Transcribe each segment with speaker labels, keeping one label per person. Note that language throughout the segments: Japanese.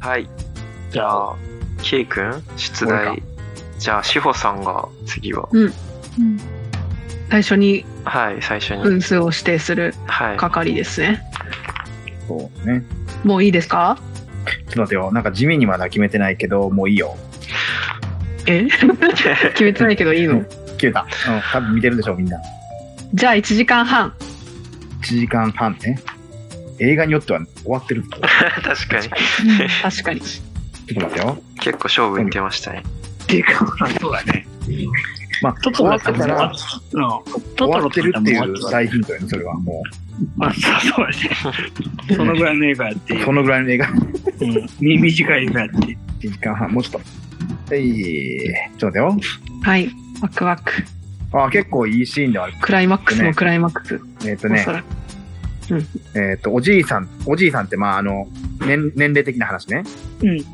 Speaker 1: はい。じゃあ、K 君、出
Speaker 2: 俺
Speaker 1: 題。じゃあ、志保さんが次は。
Speaker 3: うん最初に
Speaker 1: はい、最初に。
Speaker 3: 分数を指定する
Speaker 1: はい。
Speaker 3: 係ですね。
Speaker 2: そうね。
Speaker 3: もういいですか
Speaker 2: ちょっと待ってよ。なんか地味にまだ決めてないけど、もういいよ。
Speaker 3: え決めてないけどいいの
Speaker 2: 切れた。うん、多分見てるでしょ、みんな。
Speaker 3: じゃあ1時間半。
Speaker 2: 1時間半ね。映画によっては終わってるぞ。
Speaker 1: 確
Speaker 2: ち
Speaker 1: かに。
Speaker 3: 確かに。
Speaker 2: ょっと待ってよ。
Speaker 1: 結構勝負に出ましたね。
Speaker 3: 時間
Speaker 4: あそうだね。
Speaker 2: まあ、
Speaker 4: トト
Speaker 2: 終わ
Speaker 4: ロ
Speaker 2: っ
Speaker 4: だ
Speaker 2: て
Speaker 4: った
Speaker 2: た
Speaker 4: ら、
Speaker 2: ら
Speaker 4: うん、ト
Speaker 2: 終
Speaker 4: ト
Speaker 2: わ
Speaker 4: ロ
Speaker 2: ってるっていう
Speaker 4: だったら
Speaker 2: 大ヒントやね、それは。も
Speaker 4: まあ、そうそうだね。そのぐらいの映画やって
Speaker 2: う、、そのぐらいの映画。
Speaker 4: うん、み短い映画やって。
Speaker 2: 1時間半、もうちょっと。はい。ちょっと待って
Speaker 3: はい。ワクワク。
Speaker 2: よ。あ、結構いいシーンではある。
Speaker 3: クライマックスのクライマックス。
Speaker 2: えっ、と
Speaker 3: お
Speaker 2: ね
Speaker 3: そ、らく。
Speaker 2: えっ、と、おじいさん、おじいさんって、まあ、あの、年、年齢的な話ね。
Speaker 4: うん。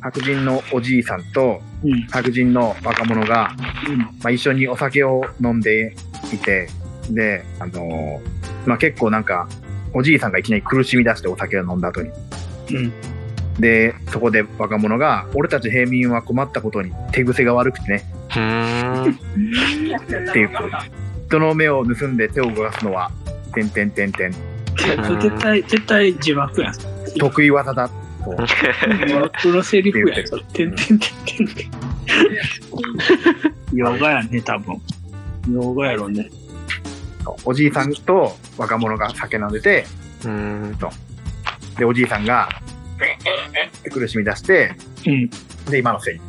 Speaker 2: 白人のおじいさんと、
Speaker 4: うん。
Speaker 2: 白人の若者が、まあ、一緒にお酒を飲んでいて、で、あのーまあ、結構なんか、おじいさんがいきなり苦しみ出してお酒を飲んだ後に。
Speaker 4: うん。
Speaker 2: で、そこで若者が、俺たち平民は困ったことに手癖が悪くてね、
Speaker 1: う ーん。
Speaker 2: っていうこと。人の目を盗んで手を動かすのは、てんてんてんてん、
Speaker 4: それ絶対、絶対字幕やん。
Speaker 2: 得意技だ。と
Speaker 4: 字幕のセリフやん。てんてんてんてんてん。洋画やね、多分。洋画やろうね。
Speaker 2: おじいさんと若者が酒飲んでて、
Speaker 1: うーん。
Speaker 2: で、おじいさんが、って苦しみ出して、
Speaker 4: うん。
Speaker 2: で、今のせい。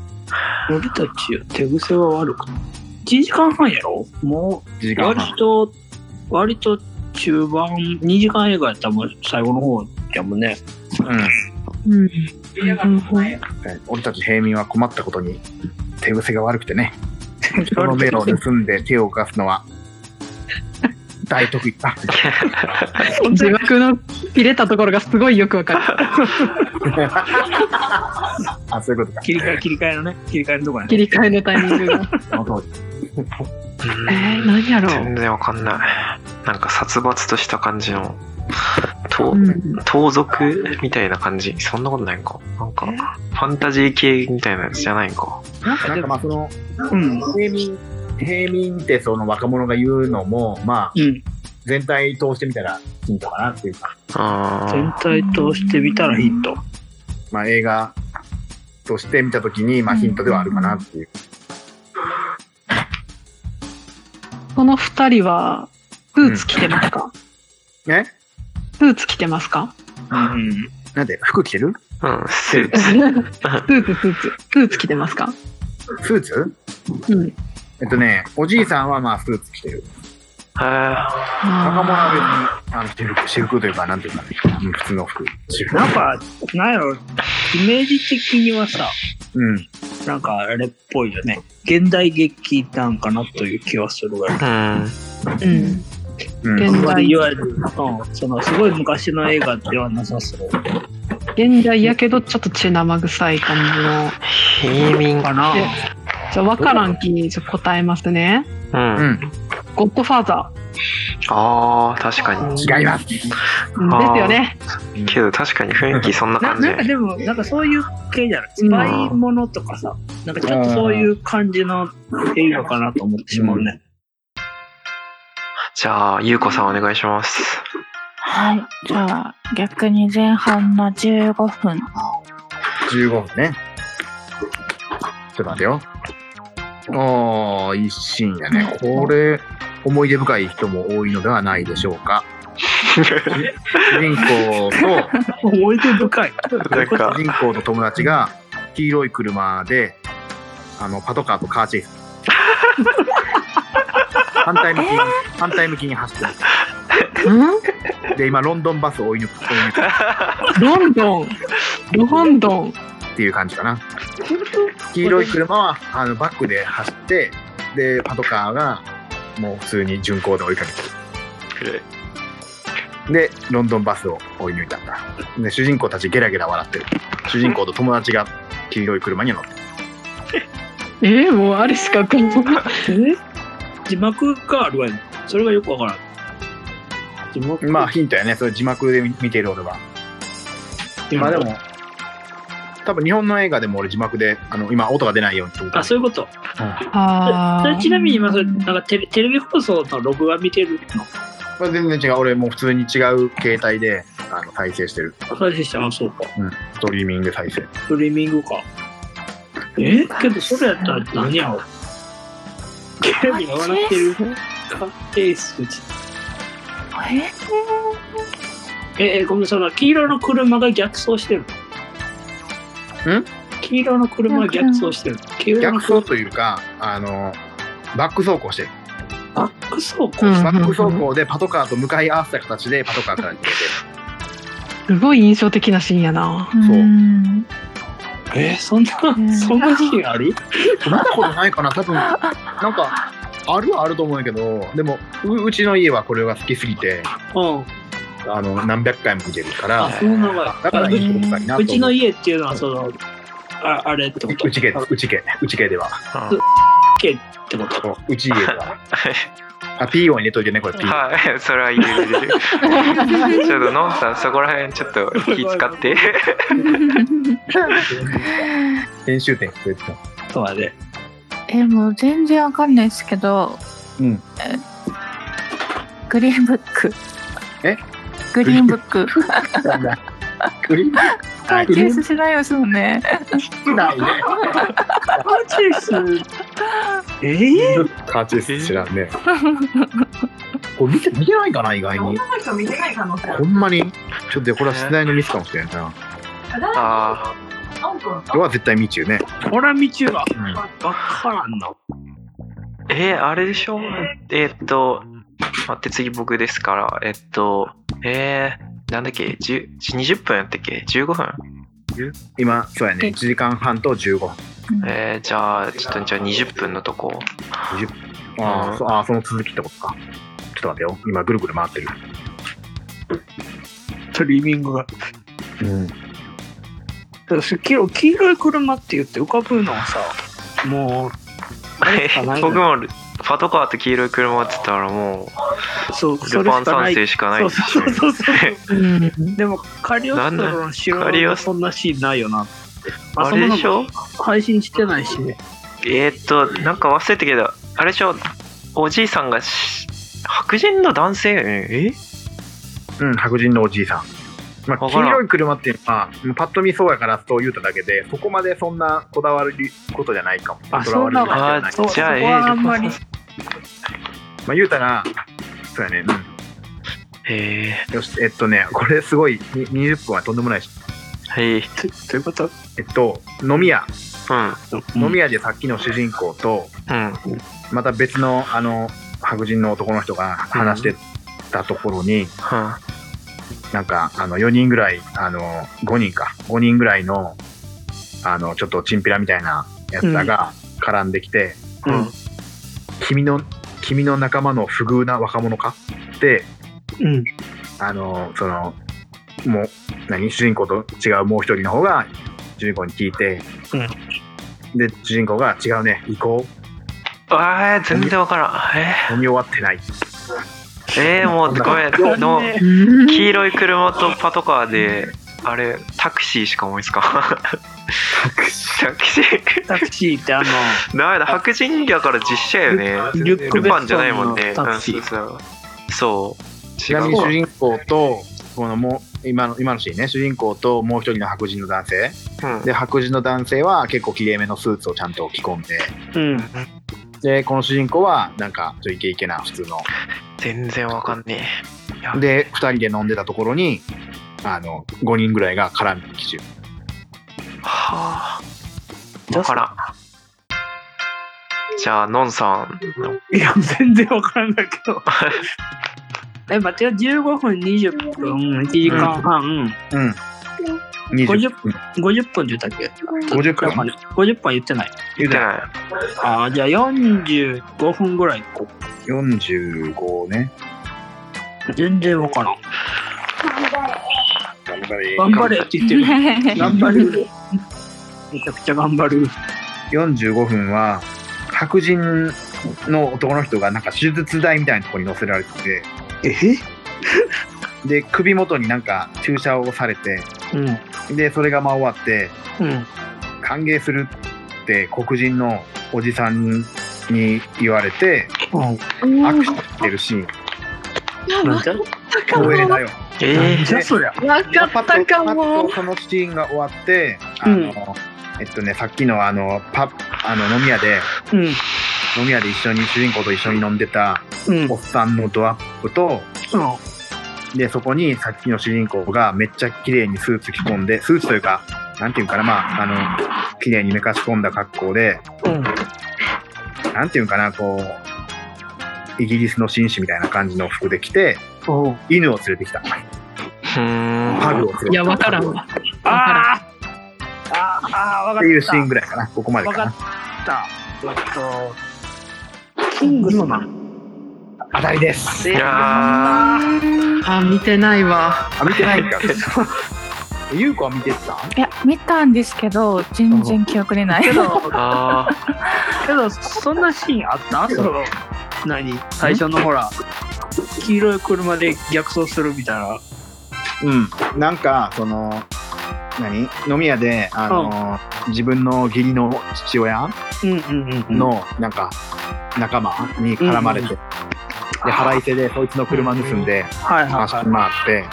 Speaker 4: 俺たちよ、手癖は悪く。1時間半やろも
Speaker 2: 1時
Speaker 4: う、
Speaker 2: 間
Speaker 4: 割
Speaker 2: 半。
Speaker 4: と、割と中盤、2時間映画やったらもう最後の方やもんね。
Speaker 2: うん。
Speaker 3: うん。
Speaker 2: えー俺たち平民は困ったことに手癖が悪くて ね人
Speaker 4: そ
Speaker 2: の目を盗んで手を動かすのは大得意 あ
Speaker 3: 字幕の切れたところがすごいよくわか る。
Speaker 2: あそういうことか
Speaker 4: 切り替え、切り替えのね、切り替えのとこやね。
Speaker 3: 切り替えのタイミングが。
Speaker 2: その通
Speaker 3: えー、何やろう
Speaker 1: 全。然わかんない。なんか殺伐とした感じの、と
Speaker 3: うん
Speaker 1: 盗賊みたいな感じ。そんなことないんか。なんか、ファンタジー系みたいなやつじゃないんか。
Speaker 2: りなんかまあその
Speaker 4: うん。
Speaker 2: 平民平民ってその若者が言うのもまあ
Speaker 4: うん。
Speaker 2: 全体通してみたらヒントかなっていうか
Speaker 1: あ
Speaker 4: 全体通してみたらヒント。
Speaker 2: まあ映画として見た時にまあヒントではあるかなっていう
Speaker 3: この二人は、スーツ着てますか、
Speaker 2: ね
Speaker 3: スーツ着てます か
Speaker 4: うん。
Speaker 2: なんで服着てる
Speaker 1: あ。うん、スー
Speaker 3: ス
Speaker 1: ツ。
Speaker 3: ーツ、スーツ。スーツ着てますか
Speaker 2: スーツ
Speaker 3: うん。
Speaker 2: えっとねおじいさんはまあスーツ着てる
Speaker 1: あ
Speaker 2: 若者
Speaker 3: あ
Speaker 2: は別にあの私服私服というか、なんていうかね、うん普通の服。私服
Speaker 4: なんか、なんやろ、イメージ的にはさ、
Speaker 2: うん。
Speaker 4: なんかあれっぽいよね。現代劇なんかなという気はするわ。
Speaker 1: ー
Speaker 3: ーうん。
Speaker 2: うん。
Speaker 3: 現
Speaker 4: あんま
Speaker 3: 代
Speaker 4: りいわゆる、うん、そのすごい昔の映画ではなさそう。
Speaker 3: 現代やけど、ちょっと血生臭い感じの。
Speaker 1: うん。平民。
Speaker 4: かな
Speaker 3: えじゃあ、わからんきにちょっと答えますね。
Speaker 1: うん。
Speaker 2: う
Speaker 1: あ
Speaker 2: ん。
Speaker 3: ゴッドファーザ
Speaker 1: あー、確かに。
Speaker 2: 違います。
Speaker 3: ー。うん
Speaker 1: あー
Speaker 3: ですよね。
Speaker 1: けど確かに雰囲気そんな
Speaker 4: な
Speaker 1: 感じ
Speaker 4: なん。かでも、なんかそういう系じゃないスパイものとかさ、なんかちょっとそういう感じの映画かなと思ってしまうね。
Speaker 1: じゃあ、ゆうこさんお願いします。
Speaker 5: はい。じゃあ、逆に前半の15分。
Speaker 2: 15分ね。ちょっと待ってよ。ああ、いいシーンやね。これ、思い出深い人も多いのではないでしょうか。主人公
Speaker 4: 思い出深い。
Speaker 1: なん
Speaker 2: と、
Speaker 1: か
Speaker 2: 主、人公の友達が、黄色い車で、あの、パトカーとカーチェイス。反対向きに、反対向きに走ってる。
Speaker 3: うん
Speaker 2: で今ロンドンバスを追い抜く追い抜く
Speaker 3: ロンドン。ロンドン。
Speaker 2: っていう感じかな黄色い車はあのバックで走ってでパトカーがもう普通に巡航で追いかけてるでロンドンバスを追い抜いたんだで主人公たちゲラゲラ笑ってる主人公と友達が黄色い車に乗ってる
Speaker 3: えー、もうあれしかこんな。
Speaker 4: 字幕があるわよ。それがよくわからん。字幕
Speaker 2: まあヒントやねそれ字幕で見てる俺は今でも多分日本の映画でも俺字幕で、あの、今音が出ないようにってこと
Speaker 4: あ、そういうこと。
Speaker 3: あ
Speaker 4: それ
Speaker 3: ー
Speaker 4: ちなみに今、それなんかテレテレビ放送の録画見てる
Speaker 2: これ全然違う。俺もう普通に違う形態で、あの、再生してる。
Speaker 4: の。再生したあ、そうか。
Speaker 2: ストリーミング再生。
Speaker 4: ストリーミングか。えけどそれやったら何やろテレビが笑ってる。えーすええごめん、その黄色の車が逆走してる。ん黄色の車が逆走してる。黄色の
Speaker 2: 逆
Speaker 4: 車
Speaker 2: 走というか、あの、バック走行してる。
Speaker 4: バック走行、
Speaker 3: うん
Speaker 2: バック走行でパトカーと向かい合わせた形でパトカーから逃げてる。
Speaker 3: すごい印象的なシーンやな。
Speaker 5: う
Speaker 2: そうん
Speaker 4: えーそんな、
Speaker 5: ん
Speaker 4: そんなシーンある
Speaker 2: なったことないかな多分なんかあるはあると思うんやけどでもううちの家はこれが好きすぎて
Speaker 4: うん。
Speaker 2: あの何百回も見てるから
Speaker 4: あ、そうなのよ。
Speaker 2: だからいいことかいなと思
Speaker 4: うちの
Speaker 2: 家
Speaker 4: 家っていうのは、その、ああれってこと
Speaker 2: うち家
Speaker 4: あ
Speaker 2: ですうち家うち家では
Speaker 1: あ
Speaker 4: 家ってこと
Speaker 2: そううち家ではあ P 音入れといてねこれ P
Speaker 1: はい、 それは言える。ちょっとノンさんそこら辺ちょっと気使 って。
Speaker 2: 編集点くれてた
Speaker 4: とはね。
Speaker 5: えもう全然わかんないですけど、
Speaker 2: うん
Speaker 5: えグリーンブック
Speaker 2: え
Speaker 5: グリーンブック
Speaker 2: なんだクリーム
Speaker 5: パーチェイスしないですよね
Speaker 2: 少ないね
Speaker 4: パーチェイス。え
Speaker 2: カーチェイス知らんね これ見て見てないかな意外に
Speaker 6: の人見てない可能性あ
Speaker 2: ほ
Speaker 6: る。
Speaker 2: んまにちょっとこれは世代のミスかもしれんな
Speaker 1: あ
Speaker 6: あんこの
Speaker 2: 俺は絶対未中ね、
Speaker 4: ぇ、ー、ほら、道は
Speaker 2: うん
Speaker 4: わからんな。
Speaker 1: ーえー、あれでしょえーっと、待って次僕ですから、えっと、えー、なんだっけ、10 20分やったっけ ?15 分
Speaker 2: 今そうやね1時間半と15分
Speaker 1: えー、じゃあ、ちょっとじゃあ20分のとこ。
Speaker 2: あーそあー、その続きってことか。ちょっと待ってよ。今、ぐるぐる回ってる。
Speaker 4: ストリーミングが。
Speaker 2: うん。
Speaker 4: 私黄黄色い車って言って浮かぶのはさ、もう、あれし かな い
Speaker 1: 僕もパトカーと黄色い車って言ったらも
Speaker 4: そう、
Speaker 1: う、
Speaker 4: そ
Speaker 1: ル
Speaker 4: れ
Speaker 1: パ
Speaker 4: し
Speaker 1: ン
Speaker 4: かな
Speaker 1: 三
Speaker 4: い。
Speaker 1: 世しかない
Speaker 4: そう
Speaker 1: ですし
Speaker 4: そうそうそ
Speaker 3: う
Speaker 4: う。
Speaker 3: ん。
Speaker 4: でも、カリオストロの城
Speaker 1: カリオ
Speaker 4: は
Speaker 1: ス
Speaker 4: そんなシーンないよなって。
Speaker 1: あれでしょ
Speaker 4: 配信してないしね。
Speaker 1: えーっと、なんか忘れたけど、あれでしょおじいさんがし白人の男性え
Speaker 2: うん、白人のおじいさん。まあ、
Speaker 1: わ
Speaker 2: 黄
Speaker 1: からん
Speaker 2: 色い車っていうのは、パッと見そうやからそう言うただけで、そこまでそんなこだわることじゃないかも。
Speaker 4: あ
Speaker 2: こだわる
Speaker 4: そうなの
Speaker 2: じゃ
Speaker 1: あ
Speaker 2: ない。
Speaker 1: ーじゃあ
Speaker 4: そ
Speaker 1: え
Speaker 4: こはあんまり
Speaker 1: え
Speaker 2: まあ、言うたら、そうやね。
Speaker 1: え
Speaker 2: うん。よし、えっとね、これすごい、に20分はとんでもないし。
Speaker 1: ー、はい。
Speaker 4: とということ
Speaker 2: えっと、飲み屋。
Speaker 1: うん。
Speaker 4: うん
Speaker 2: 飲み屋でさっきの主人公と、
Speaker 1: うん。
Speaker 2: また別の、あの、白人の男の人が話してたところに、
Speaker 1: は
Speaker 2: なんか、あの、4人ぐらい、あの、5人か、5人ぐらいの、あの、ちょっとチンピラみたいなやつらが絡んできて、
Speaker 1: うん
Speaker 4: うん
Speaker 2: 君の、君の仲間の不遇な若者かって、
Speaker 4: うん。
Speaker 2: あの、その、もう、何主人公と違うもう一人の方が、主人公に聞いて、で、主人公が違うね、行こう、
Speaker 1: あー全然わからん。え
Speaker 2: 飲み終わってない。
Speaker 1: ー、えー、もうごめん。
Speaker 4: 残
Speaker 1: でも
Speaker 4: 念
Speaker 1: 黄色い車とパトカーで、あれ、タクシーしか思いつかん。タクシー。
Speaker 4: タクシーってあの、
Speaker 1: ダメだ、白人だから実写よね。
Speaker 4: リュック
Speaker 1: ル
Speaker 4: ベッソンの
Speaker 1: パンじゃないもんね。
Speaker 4: タクシー
Speaker 1: うんそうそう。
Speaker 2: ち
Speaker 1: そう。
Speaker 2: な
Speaker 1: 違
Speaker 2: みに
Speaker 1: うわ
Speaker 2: 主人公と、このもう、今の、今のシーンね、主人公ともう一人の白人の男性、
Speaker 1: うん
Speaker 2: で白人の男性は結構きれいめのスーツをちゃんと着込んで
Speaker 4: うん。
Speaker 2: でこの主人公はなんかちょっとイケイケな普通の
Speaker 1: 全然わかんねえ。
Speaker 2: で2人で飲んでたところにあの5人ぐらいが絡みに来ちゅう
Speaker 1: はあ。
Speaker 4: ジャ
Speaker 1: わ
Speaker 4: ス
Speaker 1: からん。じゃあ、のんさんの。
Speaker 4: いや、全然わからんだけど。え、待ってよ、15分、20分、1時間半、
Speaker 2: うん
Speaker 4: 50
Speaker 2: 20分
Speaker 4: 50分って言ったっけ
Speaker 2: 50分
Speaker 4: やっぱり50分言ってない。
Speaker 1: 言ってない。
Speaker 4: ああ、じゃあ45分ぐらい行こ
Speaker 2: 45ね
Speaker 4: う。全然わからん。
Speaker 2: 頑張れ
Speaker 4: 頑張れって言ってる。 頑張る。めちゃくちゃ頑張る。
Speaker 2: 45分は白人の男の人がなんか手術台みたいなところに乗せられてて
Speaker 4: え
Speaker 2: で首元になんか注射をされて
Speaker 4: うん。
Speaker 2: でそれがまあ終わって
Speaker 4: うん。
Speaker 2: 歓迎するって黒人のおじさんに言われて
Speaker 4: うん。
Speaker 2: 握手してるシーン
Speaker 4: なんじゃ
Speaker 2: 光栄だよ
Speaker 1: え
Speaker 4: なんじゃそりゃ。
Speaker 3: わかったか
Speaker 2: パッ
Speaker 3: も
Speaker 2: と。そのシーンが終わってあの、
Speaker 4: うん
Speaker 2: えっとねさっきのあのパあの飲み屋で
Speaker 4: うん。
Speaker 2: 飲み屋で一緒に主人公と一緒に飲んでた
Speaker 4: うん。
Speaker 2: おっさんのドアップと
Speaker 4: うん。
Speaker 2: でそこにさっきの主人公がめっちゃ綺麗にスーツ着込んでスーツというかなんていうんかなまああの綺麗にめかし込んだ格好で
Speaker 4: うん。
Speaker 2: なんていうんかなこうイギリスの紳士みたいな感じの服で着て
Speaker 4: おう
Speaker 2: 犬を連れてきたパグを連れてきた
Speaker 3: いや、わからんわ。
Speaker 4: あーあーあーわか
Speaker 2: っ
Speaker 4: ってた。
Speaker 2: いうシーンぐらいかなここまで
Speaker 4: わ
Speaker 2: かな
Speaker 4: かった。えっと、キングスマン。
Speaker 2: 当たりです
Speaker 1: いや
Speaker 3: あ、見てないわ。
Speaker 2: あ見てないんか 優子は見てた
Speaker 5: いや見たんですけど全然記憶にない
Speaker 4: けど、
Speaker 1: ああ
Speaker 4: けど、そんなシーンあったその、何最初のほら、黄色い車で逆走するみたいな。
Speaker 2: うんなんかその何飲み屋であの、自分の義理の父親
Speaker 4: うんうんうん。
Speaker 2: のなんか仲間に絡まれて、で腹いせでそいつの車盗んで
Speaker 4: はいはい
Speaker 2: 走
Speaker 4: は
Speaker 2: り回って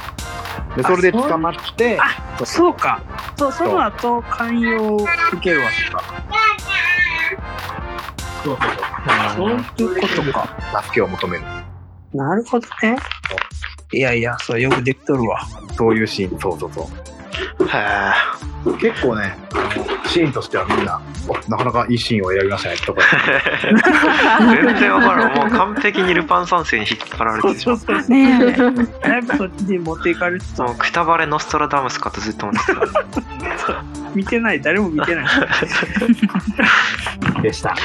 Speaker 2: でそれで捕まって
Speaker 4: い。そうか。そその後、寛容を受けるわけか。そうそうそう。そういうことか。
Speaker 2: 助けを求める
Speaker 4: なるほどね。いやいや、それよくできとるわ。
Speaker 2: そういうシーンそうそうそう
Speaker 1: は
Speaker 2: 結構ねシーンとしてはみんなおなかなかいいシーンを選びましたねとか
Speaker 1: あ全然わからんもう完璧にルパン三世に引っ張られてしまう
Speaker 4: そうそう。
Speaker 5: ね え
Speaker 4: だいぶそっちに持っていかれてた
Speaker 1: もうくたばれノストラダムスかとずっと思ってた
Speaker 4: 見てない、誰も見てない。
Speaker 2: でした